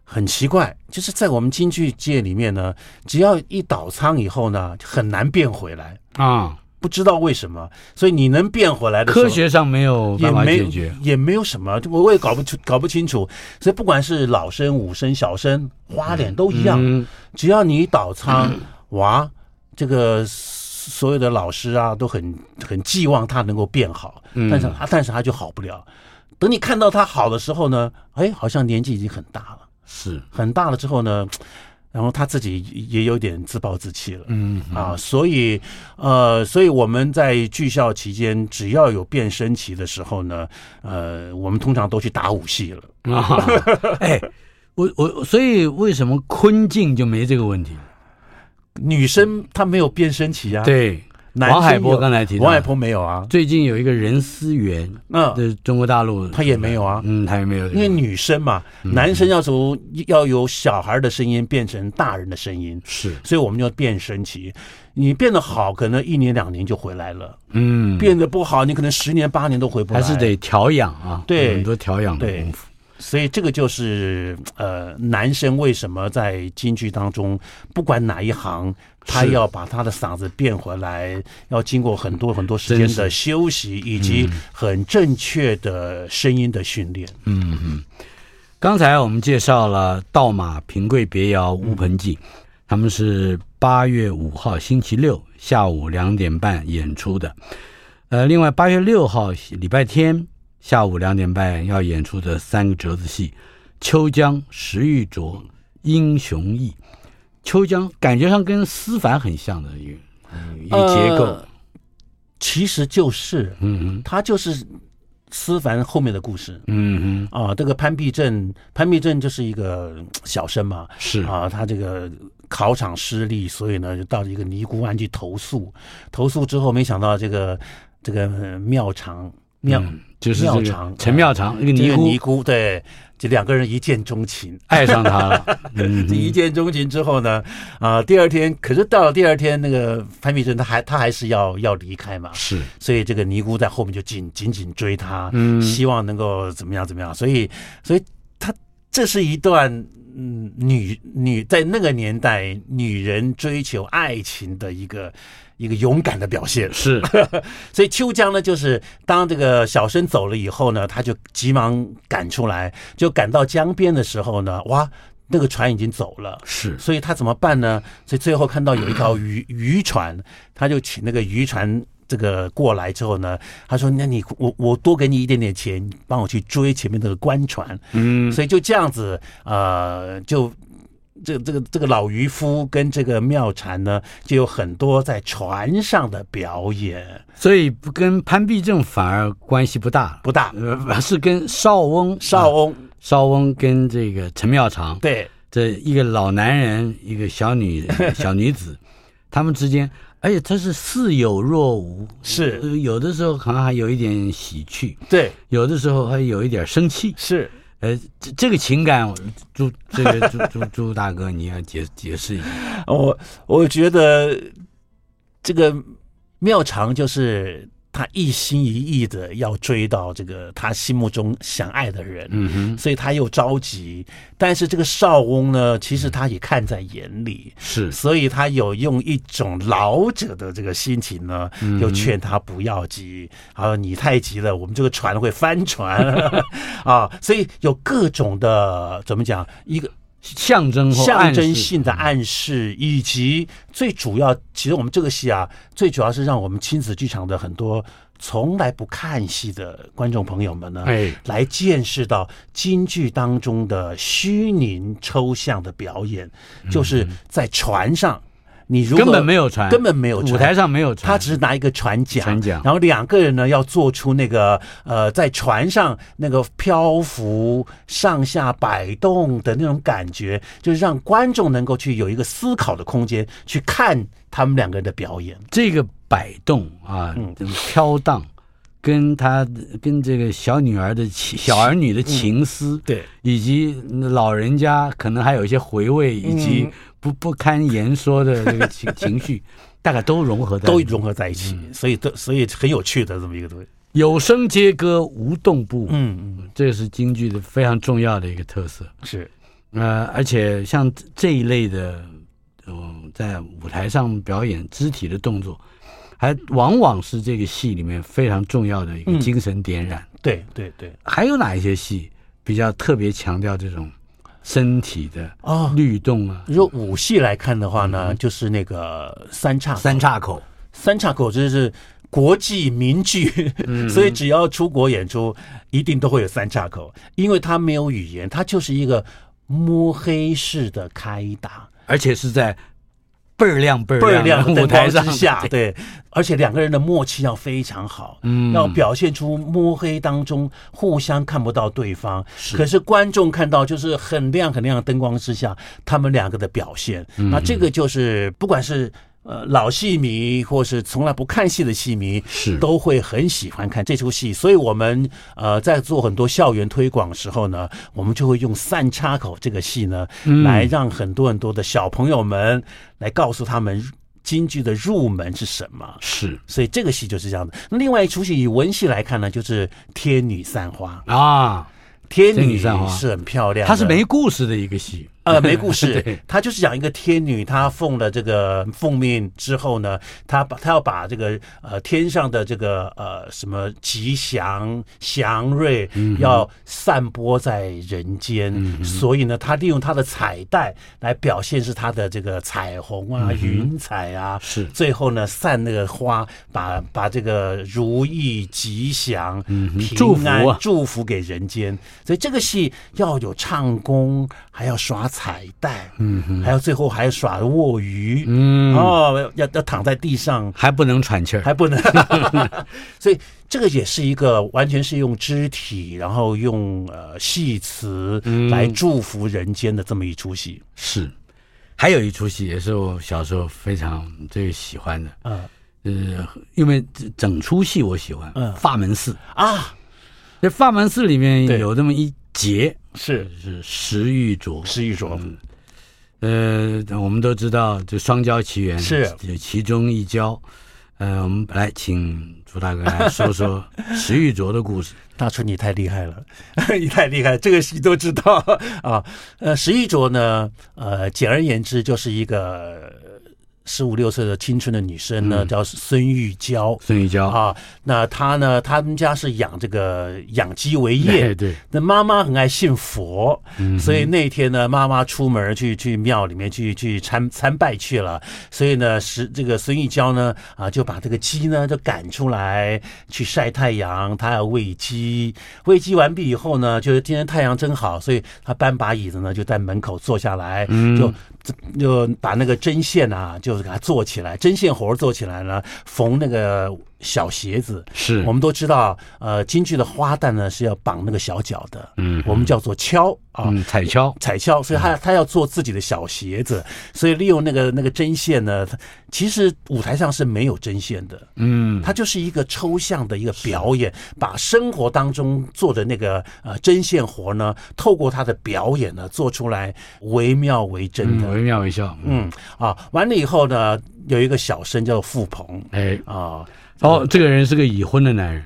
S3: 很奇怪，就是在我们京剧界里面呢，只要一倒仓以后呢，很难变回来，
S2: 啊，
S3: 不知道为什么。所以你能变回来的时候
S2: 科学上没有
S3: 也
S2: 办法
S3: 没
S2: 解决。
S3: 也没有什么，我我也搞不清搞不清楚。所以不管是老生、武生、小生、花脸都一样，
S2: 嗯，
S3: 只要你一倒仓，哇，这个所有的老师啊都很很寄望他能够变好，
S2: 嗯
S3: 但是他但是他就好不了。等你看到他好的时候呢，哎，好像年纪已经很大了，
S2: 是，
S3: 很大了之后呢，然后他自己也有点自暴自弃了。
S2: 嗯
S3: 啊，所以，呃，所以我们在剧校期间，只要有变声期的时候呢，呃，我们通常都去打武戏了。
S2: 啊， 哎，我我所以为什么坤境就没这个问题？
S3: 女生她没有变声期啊，，
S2: 对，王海波刚才提到，
S3: 王海波没有啊，
S2: 最近有一个任思源，
S3: 那
S2: 对中国大陆，
S3: 他也没有啊，
S2: 嗯，他嗯也没有，
S3: 因为女生嘛，男生要从要由小孩的声音变成大人的声音，
S2: 是，
S3: 所以我们就变声期。你变得好，可能一年两年就回来了；
S2: 嗯，
S3: 变得不好，你可能十年八年都回不来。
S2: 还是得调养啊，
S3: 对
S2: 很多调养的
S3: 对
S2: 功夫，
S3: 所以这个就是呃，男生为什么在京剧当中，不管哪一行，他
S2: 是
S3: 要把他的嗓子变回来，要经过很多很多时间的
S2: 真
S3: 休息，以及很正确的声音的训练。
S2: 嗯嗯。刚才我们介绍了《盗马平贵别窑》《乌盆记》，他们是八月五号星期六下午两点半演出的。呃，另外八月六号礼拜天下午两点半要演出的三个折子戏，《秋江》《石玉镯》《英雄义》。秋江感觉上跟思凡很像的一个一个结构，
S3: 呃其实就是
S2: 嗯
S3: 他就是思凡后面的故事
S2: 嗯嗯
S3: 啊。这个潘必正，潘必正就是一个嗯小生嘛，
S2: 哼，是
S3: 啊，他这个考场失利，所以呢就到一个尼姑庵去投诉。投诉之后，没想到这个这个呃庙长庙、
S2: 嗯就是
S3: 妙
S2: 这个
S3: 长
S2: 陈妙长那个
S3: 这
S2: 尼
S3: 个
S2: 姑
S3: 尼姑，对，这两个人一见钟情。
S2: 爱上他 了，嗯
S3: 这一见钟情之后呢，啊、第二天可是到了第二天，那个潘必正他还他还是要要离开嘛，
S2: 是
S3: 所以这个尼姑在后面就紧紧紧追他，
S2: 嗯
S3: 希望能够怎么样怎么样，所以所以他这是一段嗯女女在那个年代女人追求爱情的一个一个勇敢的表现。
S2: 嗯是，
S3: 所以秋江呢，就是当这个小生走了以后呢，他就急忙赶出来，就赶到江边的时候呢，哇，那个船已经走了。
S2: 是
S3: 所以他怎么办呢？所以最后看到有一条渔渔船，他就请那个渔船这个过来之后呢，他说：“那你我我多给你一点点钱，帮我去追前面那个官船。”嗯，所以就这样子，呃，就。这这个这个老渔夫跟这个妙禅呢，就有很多在船上的表演，
S2: 所以不跟潘必正反而关系不大，
S3: 不大。
S2: 呃，是跟邵翁、啊
S3: 少翁
S2: 邵翁跟这个陈妙长，
S3: 对
S2: 这一个老男人，一个小 女小女子，他们之间，而且他是似有若无，
S3: 是
S2: 呃有的时候好像还有一点喜趣，
S3: 对
S2: 有的时候还有一点生气，
S3: 是。
S2: 呃，这这个情感，朱这 个朱朱朱大哥，你要解解释一下，
S3: 我我觉得这个妙长就是他一心一意的要追到这个他心目中想爱的人，
S2: 嗯哼，
S3: 所以他又着急。但是这个少翁呢，其实他也看在眼里，
S2: 是
S3: 所以他有用一种老者的这个心情呢，就劝他不要急，啊，你太急了，我们这个船会翻船 啊。所以有各种的怎么讲，一个
S2: 象征或
S3: 象
S2: 暗示嗯
S3: 征性的暗示，以及最主要，其实我们这个戏啊，最主要是让我们亲子剧场的很多从来不看戏的观众朋友们呢，
S2: 哎，
S3: 来见识到京剧当中的虚拟抽象的表演，就是在船上，你如
S2: 嗯
S3: 果
S2: 根本没有船，
S3: 根本没有船
S2: 舞台上没有船，
S3: 他只是拿一个船桨，
S2: 船桨
S3: 然后两个人呢要做出那个呃，在船上那个漂浮、上下摆动的那种感觉，就是让观众能够去有一个思考的空间，去看他们两个人的表演。
S2: 这个摆动啊，飘荡，跟他跟这个小女儿的情小儿女的情思，
S3: 对，
S2: 以及老人家可能还有一些回味，以及不不堪言说的这个情 情绪，大概都融合在
S3: 都
S2: 里面
S3: 融合在一起，所以都所以很有趣的这么一个东西。
S2: 有声皆歌无动步，
S3: 嗯嗯，
S2: 这是京剧的非常重要的一个特色。
S3: 是
S2: 呃，而且像这这一类的，嗯，在舞台上表演肢体的动作，还往往是这个戏里面非常重要的一个
S3: 嗯
S2: 精神点染。
S3: 对对对。
S2: 还有哪一些戏比较特别强调这种身体的
S3: 哦
S2: 律动啊？
S3: 如果武戏来看的话呢，就是那个三岔口
S2: 三岔口，
S3: 三岔口就是国际名剧，
S2: 嗯
S3: 所以只要出国演出，一定都会有三岔口，因为它没有语言，它就是一个摸黑式的开打，
S2: 而且是在倍儿亮倍
S3: 倍
S2: 儿
S3: 儿亮
S2: 亮
S3: 的
S2: 的舞
S3: 灯
S2: 台
S3: 光
S2: 上
S3: 之下，对，而且两个人的默契要非常好，
S2: 嗯
S3: 要表现出摸黑当中互相看不到对方，
S2: 是
S3: 可是观众看到就是很亮很亮的灯光之下，他们两个的表现，
S2: 嗯
S3: 那这个就是不管是。呃，老戏迷或是从来不看戏的戏迷，
S2: 是
S3: 都会很喜欢看这出戏，所以我们呃在做很多校园推广的时候呢，我们就会用《三叉口》这个戏呢，
S2: 嗯
S3: 来让很多很多的小朋友们来告诉他们京剧的入门是什么。
S2: 是
S3: 所以这个戏就是这样的。那另外一出戏以文戏来看呢，就是《天女散花
S2: 啊，》，
S3: 天
S2: 天女
S3: 女
S2: 散花
S3: 是很漂亮的，
S2: 它是没故事的一个戏，
S3: 呃，没故
S2: 对
S3: 事，他就是讲一个天女，她奉了这个奉命之后呢，她把她要把这个呃天上的这个呃什么吉祥祥瑞
S2: 嗯
S3: 要散播在人间，所以呢，她利用她的彩带来表现是她的这个彩虹啊、云彩啊，
S2: 嗯是
S3: 最后呢散那个花，把把这个如意吉祥、平
S2: 祝福啊
S3: 安祝福给人间。所以这个戏要有唱功，还要耍彩带，嗯，还要最后还要耍卧鱼，嗯，哦，要要躺在地上。
S2: 还不能喘气儿，
S3: 还不 能，所以这个也是一个完全是用肢体，然后用呃戏词来祝福人间的这么一出戏。
S2: 是，还有一出戏也是我小时候非常最喜欢的，
S3: 嗯
S2: 呃，因为整出戏我喜欢，
S3: 嗯
S2: 法门寺。
S3: 啊，
S2: 这法门寺里面
S3: 对
S2: 有这么一节
S3: 是
S2: 是石玉琢，
S3: 施玉说，
S2: 呃，我们都知道这双骄奇缘
S3: 是
S2: 有其中一骄，呃，我们来请朱大哥来说说石玉琢的故 事。
S3: 大春，你太厉害了， 你太厉害了，这个戏都知道 啊。呃，石玉卓呢，呃，简而言之就是一个十五六岁的青春的女生呢，叫孙玉娇
S2: 孙玉娇，
S3: 啊。那她呢，他们家是养这个养鸡为
S2: 对
S3: 业。
S2: 哎对，
S3: 那妈妈很爱信佛，所以那天呢，妈妈出门去去庙里面去去参参拜去了，所以呢，是这个孙玉娇呢啊，就把这个鸡呢就赶出来去晒太阳，她要喂鸡。喂鸡完毕以后呢，就是今天太阳真好，所以她搬把椅子呢就在门口坐下来，就就把那个针线啊，就是给它做起来，针线活儿做起来呢，缝那个小鞋子。
S2: 是
S3: 我们都知道，呃，京剧的花旦呢是要绑那个小脚的，嗯，我们叫做敲啊。
S2: 嗯，彩锹，
S3: 彩锹，所以他他要做自己的小鞋子，所以利用那个那个针线呢，它其实舞台上是没有针线的，
S2: 嗯，
S3: 它就是一个抽象的一个表演，把生活当中做的那个呃针线活呢，透过他的表演呢做出来惟妙惟真的。
S2: 嗯，惟妙惟肖，嗯
S3: 嗯啊，完了以后呢，有一个小生叫傅鹏
S2: 哎，
S3: 啊，
S2: 哦，这个人是个已婚的男人，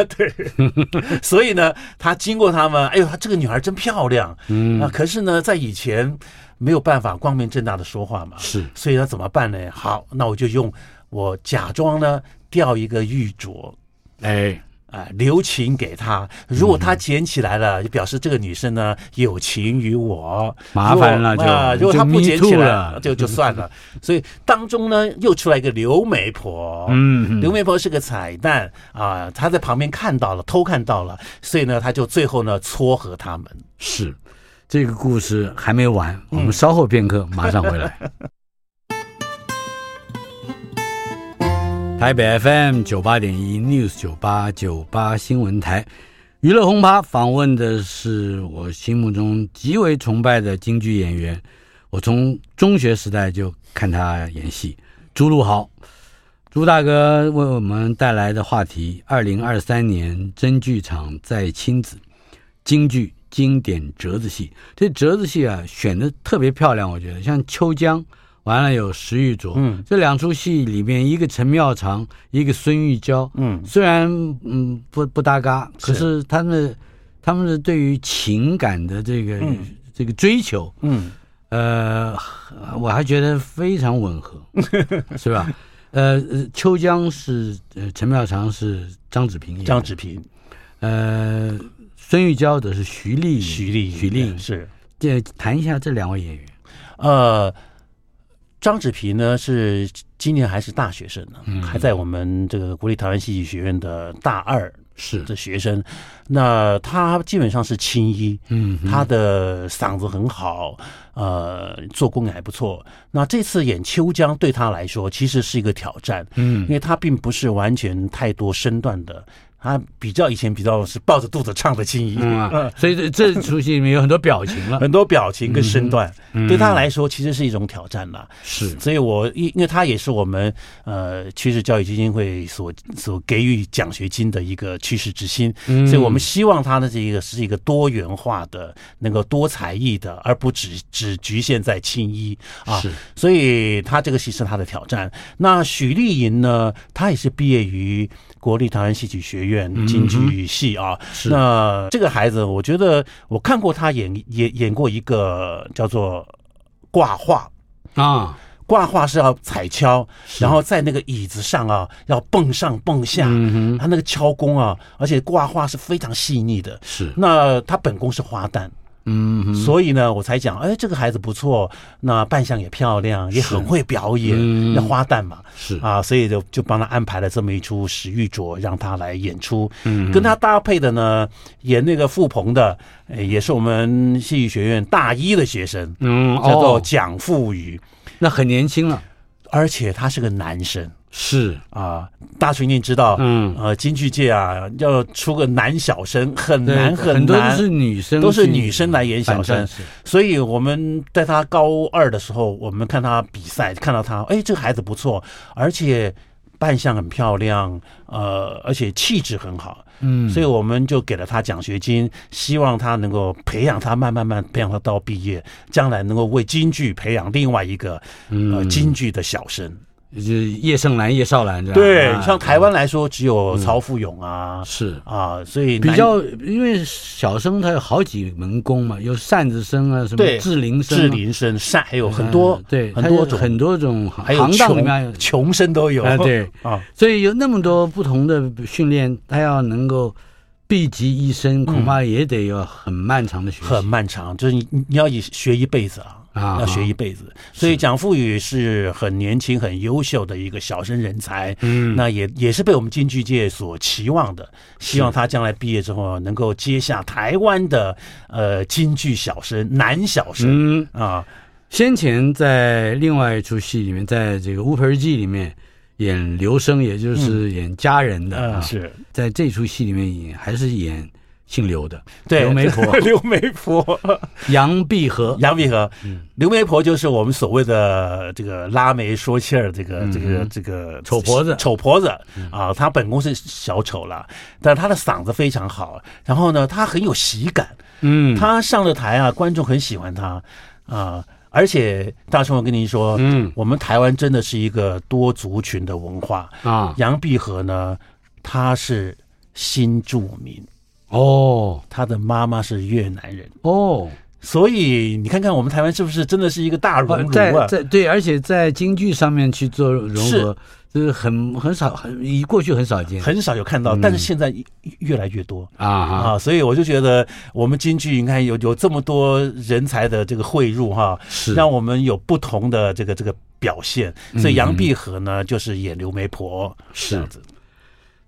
S3: 所以呢，他经过他们，哎呦，她这个女孩真漂亮，嗯，啊，可是呢，在以前没有办法光明正大的说话嘛，
S2: 是
S3: 所以他怎么办呢？好，那我就用我假装呢掉一个玉镯，
S2: 哎，
S3: 啊、留情给她。如果她捡起来了，就表示这个女生呢有情于我。
S2: 麻烦了
S3: 如果啊
S2: 就
S3: 如果她
S2: 就
S3: 不
S2: me
S3: 捡起
S2: too
S3: 来，
S2: 了
S3: 就就算了。所以当中呢，又出来一个刘媒婆。
S2: 嗯，
S3: 刘媒婆是个彩蛋啊，她在旁边看到了，偷看到了，所以呢，她就最后呢撮合他们。
S2: 是，这个故事还没完，我们稍后片刻马上回来。台北 FM 九八点一 News 九八九八新闻台娱乐轰趴访问的是我心目中极为崇拜的京剧演员，我从中学时代就看他演戏，朱露豪。朱大哥为我们带来的话题：二零二三年真剧场在亲子。京剧经典折子戏。这折子戏啊，选的特别漂亮，我觉得像《秋江》，完了有石玉琢，
S3: 嗯
S2: 这两出戏里面，一个陈妙长，一个孙玉娇，
S3: 嗯，
S2: 虽然嗯不不搭嘎，可是他们的他们的对于情感的这个、
S3: 嗯
S2: 这个追求，
S3: 嗯，
S2: 呃，我还觉得非常吻 合，是吧？呃，呃秋江是呃陈妙长是张子平演的，
S3: 张子
S2: 嗯
S3: 平、
S2: 呃，孙玉娇的是徐丽颖，
S3: 徐丽、
S2: 徐丽颖，
S3: 是
S2: 这谈一下这两位演员。
S3: 呃，张子平呢是今年还是大学生呢，
S2: 嗯
S3: 还在我们这个国立台湾戏剧学院的大二
S2: 是，
S3: 的学生。那他基本上是青衣，
S2: 嗯哼，
S3: 他的嗓子很好，呃，做工也还不错。那这次演秋江对他来说其实是一个挑战，
S2: 嗯
S3: 因为他并不是完全太多身段的。他比较以前比较是抱着肚子唱的青衣，
S2: 嗯啊，所以这这出戏里面有很多表情了，
S3: 很多表情跟身段，
S2: 嗯
S3: 对他来说其实是一种挑战啦。
S2: 是
S3: 所以我因因为他也是我们呃趋势教育基金会所所给予奖学金的一个趋势之星，
S2: 嗯
S3: 所以我们希望他的这一个是一个多元化的，能够多才艺的，而不只只局限在青衣啊。
S2: 是
S3: 所以他这个戏是他的挑战。那许丽莹呢，她也是毕业于国立台湾戏剧学院京剧系啊。
S2: 嗯是
S3: 那这个孩子，我觉得我看过他演演演过一个叫做挂画。
S2: 啊，
S3: 挂画是要踩敲，
S2: 是
S3: 然后在那个椅子上啊，要蹦上蹦下，
S2: 嗯哼，
S3: 他那个敲功啊，而且挂画是非常细腻的。
S2: 是
S3: 那他本宫是花旦，
S2: 嗯哼，
S3: 所以呢，我才讲，哎，这个孩子不错，那扮相也漂亮，也很会表
S2: 嗯
S3: 演，那花旦嘛，
S2: 是
S3: 啊，所以就就帮他安排了这么一出《石玉镯》，让他来演出。嗯，跟他搭配的呢，演那个傅鹏的，呃也是我们戏剧学院大一的学生，
S2: 嗯
S3: 叫做
S2: 哦，
S3: 蒋富宇，
S2: 那很年轻了，
S3: 而且他是个男生。
S2: 是
S3: 啊，大锤您知道，
S2: 嗯
S3: 呃，京剧界啊，要出个男小生很
S2: 对
S3: 难
S2: 很多都
S3: 难，
S2: 是女生去，
S3: 都是女生来演小
S2: 反战
S3: 生，
S2: 士，
S3: 所以我们在他高二的时候，我们看他比赛，看到他，哎，这个孩子不错，而且扮相很漂亮，呃，而且气质很好，
S2: 嗯，
S3: 所以我们就给了他奖学金，希望他能够培养他，慢慢慢培养他到毕业，将来能够为京剧培养另外一个
S2: 嗯
S3: 呃京剧的小生。
S2: 就是叶盛兰、叶少兰这样，
S3: 对，
S2: 啊
S3: 像台湾来说，只有曹富勇啊、
S2: 是
S3: 啊，所以
S2: 嗯比
S3: 南
S2: 较，因为小生他有好几门功嘛，有扇子生啊，什么
S3: 对
S2: 志玲生啊、
S3: 志林生善，还有很多、
S2: 嗯对
S3: 很
S2: 它有
S3: 多种，
S2: 很多种行
S3: 还有
S2: 行当里面
S3: 穷穷生都有
S2: 啊对
S3: 啊，
S2: 所以有那么多不同的训练，他要能够毕及一身，恐怕也得有很漫长的学习。
S3: 很漫长，就是你你要以学一辈子啊。
S2: 啊
S3: 要学一辈子，所以蒋富宇是很年轻、很优秀的一个小生人才，
S2: 嗯，
S3: 那也也是被我们京剧界所期望的，希望他将来毕业之后啊能够接下台湾的呃京剧小生、男小生、
S2: 嗯，
S3: 啊，
S2: 先前在另外一出戏里面，在这个《乌盆记》里面演刘生，也就是演家人的、
S3: 嗯
S2: 啊，
S3: 是
S2: 在这出戏里面演还是演姓刘的
S3: 对
S2: 刘媒婆
S3: 刘媒 婆，
S2: 杨碧荷，
S3: 杨碧荷，
S2: 嗯
S3: 刘媒婆就是我们所谓的这个拉媒说气儿，这个这个这个
S2: 嗯丑婆子嗯
S3: 丑婆子啊，她本宫是小丑了，但她的嗓子非常好，然后呢，她很有喜感，
S2: 嗯，
S3: 她上了台啊，观众很喜欢她啊。而且大雄，我跟您说，
S2: 嗯
S3: 我们台湾真的是一个多族群的文化。
S2: 啊，
S3: 杨碧荷呢，她是新住民，
S2: 哦
S3: 她的妈妈是越南人，
S2: 哦，
S3: 所以你看看我们台湾是不是真的是一个大熔炉
S2: 在
S3: 啊？
S2: 呃在对，而且在京剧上面去做融合
S3: 是，
S2: 就是很很少，很以过去很少见
S3: 很少有看到，
S2: 嗯
S3: 但是现在越来越多。
S2: 啊啊，
S3: 啊，所以我就觉得我们京剧，你看有有这么多人才的这个汇入哈、
S2: 是嗯
S3: 让我们有不同的这个这个表现。所以杨碧荷呢，就是演刘媒婆
S2: 是
S3: 这样子。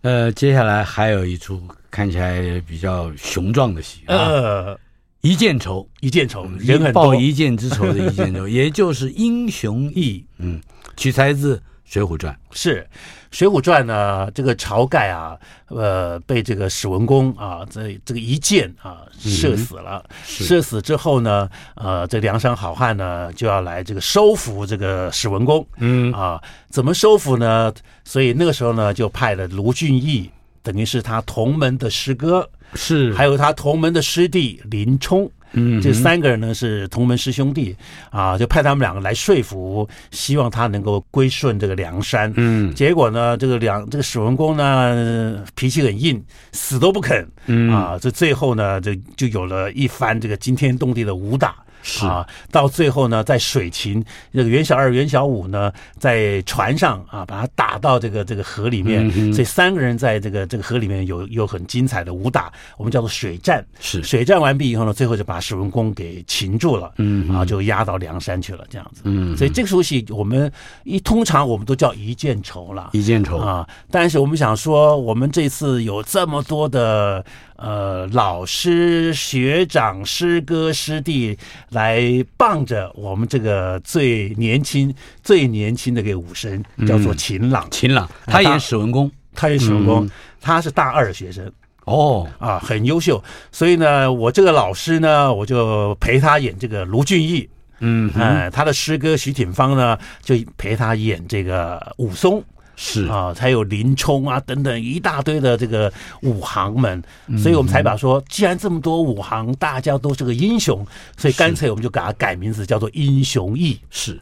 S2: 呃，接下来还有一出看起来比较雄壮的戏啊，
S3: 呃，
S2: 一剑仇，
S3: 一见仇，人很
S2: 报
S3: 多。
S2: 嗯一剑之仇的一剑 仇，也就是英雄义，嗯，取材自《水浒传》。
S3: 是《水浒传》呢，这个晁盖啊，呃，被这个史文恭啊，这这个一箭啊射死了。射死之后呢，呃，这梁山好汉呢就要来这个收服这个史文恭。
S2: 嗯
S3: 啊，怎么收服呢？所以那个时候呢，就派了卢俊义，等于是他同门的师哥，
S2: 是
S3: 还有他同门的师弟林冲，
S2: 嗯
S3: 这三个人呢是同门师兄弟啊，就派他们两个来说服，希望他能够归顺这个梁山。
S2: 嗯
S3: 结果呢，这个梁这个史文恭呢呃脾气很硬，死都不肯
S2: 嗯
S3: 啊。这最后呢，就就有了一番这个惊天动地的武打。
S2: 是
S3: 啊，到最后呢，在水芹这个袁小二、袁小五呢，在船上啊，把他打到这个这个河里面，
S2: 嗯哼
S3: 所以三个人在这个这个河里面有有很精彩的武打，我们叫做水战。
S2: 是
S3: 水战完毕以后呢，最后就把史文恭给擒住了，
S2: 嗯
S3: 啊，就压到梁山去了，这样子。
S2: 嗯
S3: 所以这个出戏我们一通常我们都叫一箭仇啦。
S2: 一剑仇
S3: 啊，但是我们想说，我们这次有这么多的呃老师、学长、师哥、师弟来傍着我们这个最年轻、最年轻的这个武生，
S2: 嗯
S3: 叫做秦朗，
S2: 秦朗，
S3: 啊他
S2: 他演史文恭
S3: 他也手
S2: 嗯
S3: 工，他是大二学生
S2: 哦，
S3: 啊，很优秀。所以呢，我这个老师呢，我就陪他演这个卢俊义。
S2: 嗯哼
S3: 哎、他的师哥徐挺芳呢，就陪他演这个武松。
S2: 是
S3: 啊，还有林冲啊等等一大堆的这个武行们，
S2: 嗯
S3: 所以我们才把说，既然这么多武行，大家都是个英雄，所以干脆我们就给他改名字叫做英雄义，
S2: 是，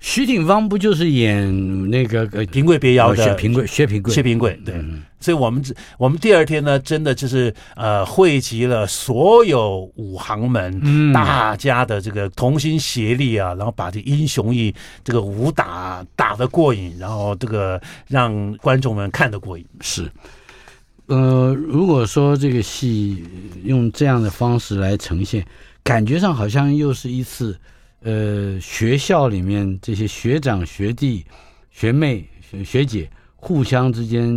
S2: 徐挺芳不就是演那个呃
S3: 平贵别窑
S2: 薛
S3: 的
S2: 平贵嗯薛平贵
S3: 薛平贵，对。所以我们只我们第二天呢，真的就是呃，汇集了所有武行们，
S2: 嗯
S3: 大家的这个同心协力啊，然后把这英雄义这个武打打得过瘾，然后这个让观众们看得过瘾。
S2: 是。呃，如果说这个戏用这样的方式来呈现，感觉上好像又是一次，呃，学校里面这些学长、学弟、学妹、学学姐互相之间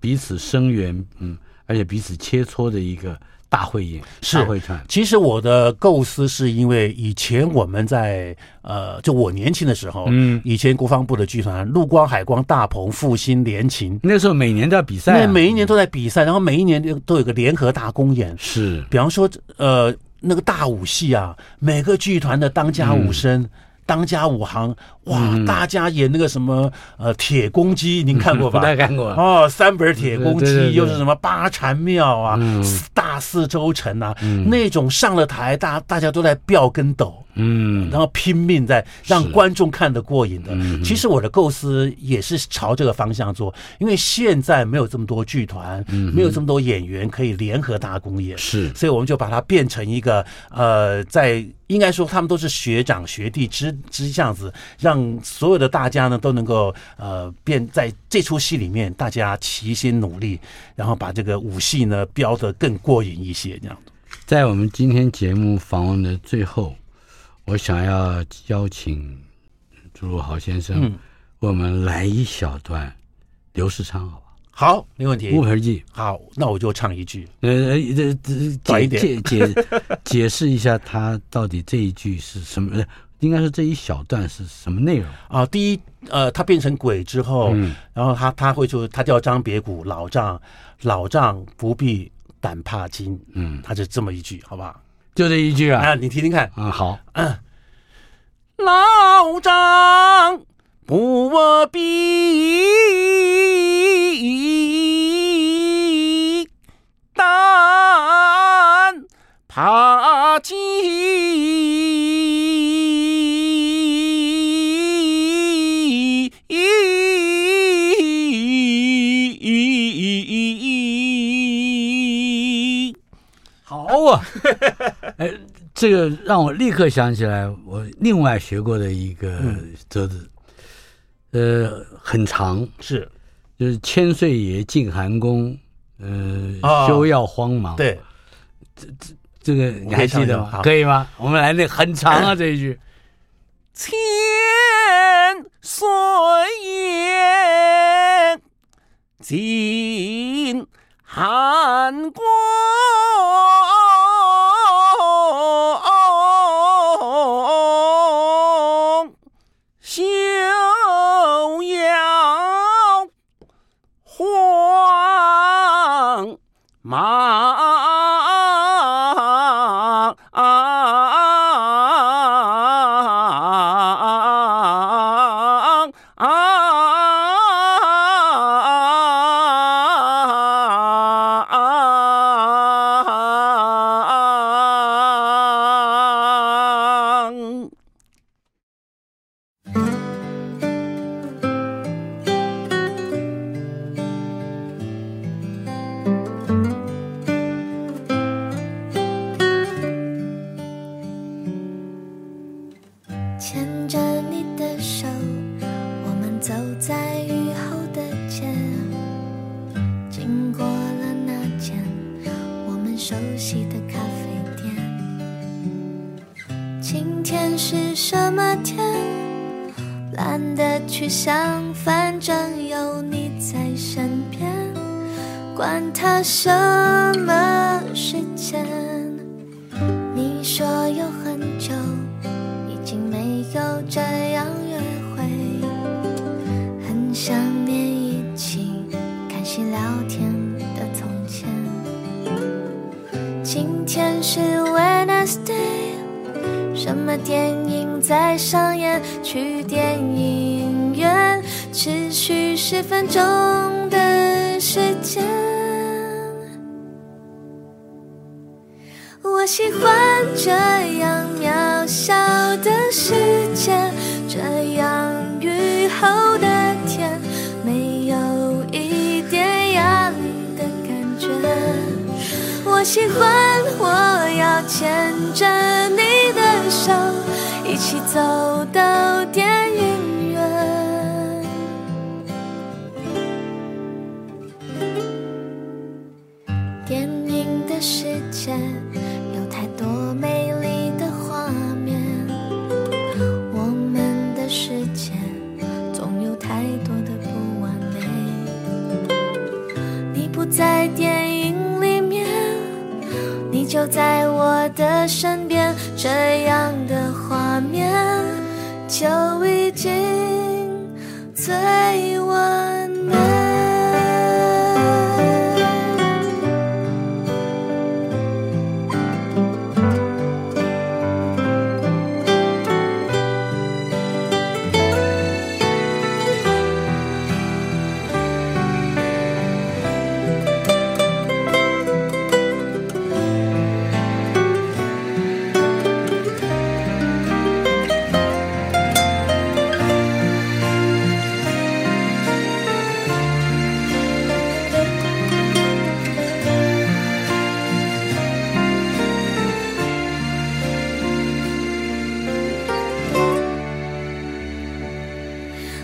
S2: 彼此声援，嗯，而且彼此切磋的一个大会演、
S3: 是
S2: 大会串，
S3: 其实我的构思是因为以前我们在呃，就我年轻的时候，
S2: 嗯，
S3: 以前国防部的剧团，陆光、海光、大鹏、复兴、联勤，
S2: 那时候每年都要比赛啊、
S3: 那每一年都在比赛，然后每一年都有个联合大公演。
S2: 是
S3: 比方说，呃，那个大武戏啊，每个剧团的当家武生。
S2: 嗯
S3: 当家武行，哇！大家演那个什么，呃，铁公鸡，您看过
S2: 不
S3: 吧？
S2: 太看过，
S3: 哦，三本铁公
S2: 啊对对对
S3: 鸡，
S2: 对
S3: 又是什么八禅庙啊、
S2: 嗯
S3: 四大四周城啊，那种上了台，大大家都在吊跟斗，
S2: 嗯
S3: 然后拼命在让观众看得过瘾的
S2: 嗯。
S3: 其实我的构思也是朝这个方向做，因为现在没有这么多剧团，
S2: 嗯
S3: 没有这么多演员可以联合大公演，
S2: 是
S3: 所以我们就把它变成一个呃，在应该说他们都是学长学弟之之这样子，让所有的大家呢都能够呃变在这出戏里面，大家齐心努力，然后把这个武戏呢标得更过瘾一些，这样子。
S2: 在我们今天节目访问的最后，我想要邀请朱鲁豪先生
S3: 嗯
S2: 为我们来一小段刘世昌，好吧？
S3: 好，没问
S2: 《
S3: 题
S2: 乌。盆记》
S3: 好，那我就唱一句。
S2: 呃，呃这这
S3: 短一
S2: 解解解 解释一下，他到底这一句是什么？呃应该是这一小段是什么内容？
S3: 啊，第一，呃，他变成鬼之后，
S2: 嗯
S3: 然后他他会就他叫张别谷老丈，老丈不必胆怕惊，
S2: 嗯，
S3: 他就这么一句，好不好？
S2: 就这一句啊。
S3: 啊，你听听看，
S2: 啊，好，
S3: 老丈不我必胆怕惊。
S2: 啊！ 哎，这个让我立刻想起来我另外学过的一个折子，呃，很长，
S3: 是
S2: 就是千岁爷进寒宫，呃，
S3: 啊
S2: 休要慌忙。，
S3: 对，
S2: 这个你还记得
S3: 我可以唱一
S2: 吗？
S3: 下啊
S2: 可以吗？我们来那很长 啊这一句，
S4: 千岁爷进汉宫，休要慌忙。
S5: 牵着你的手，我们走在雨后的街，经过了那间我们熟悉的咖啡店。今天是什么天？懒得去想，反正有你在身边，管它什么时间。你说有很久。已经没有这样约会，很想念一起看戏聊天的从前。今天是 Wednesday，什么电影在上演？去电影院，只需十分钟的时间。我喜欢这样渺小的世界，这样雨后的天，没有一点压力的感觉。我喜欢我要牵着你的手，一起走到电影院。电影的世界有太多美丽的画面，我们的世界总有太多的不完美。你不在电影里面，你就在我的身边，这样的画面就已经最完美。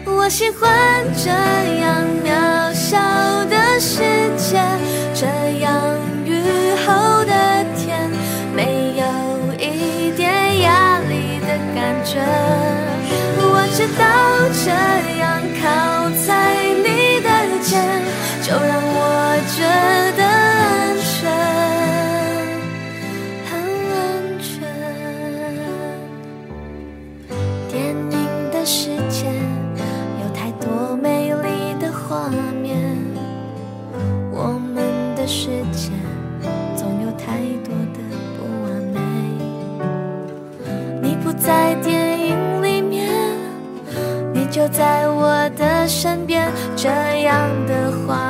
S5: 我喜欢这样渺小的世界，这样雨后的天，没有一点压力的感觉。我知道这样靠在你的肩，就让我觉得安全，很安全。电影的世界有太多美丽的画面，我们的世界总有太多的不完美。你不在电影里面，你就在我的身边，这样的画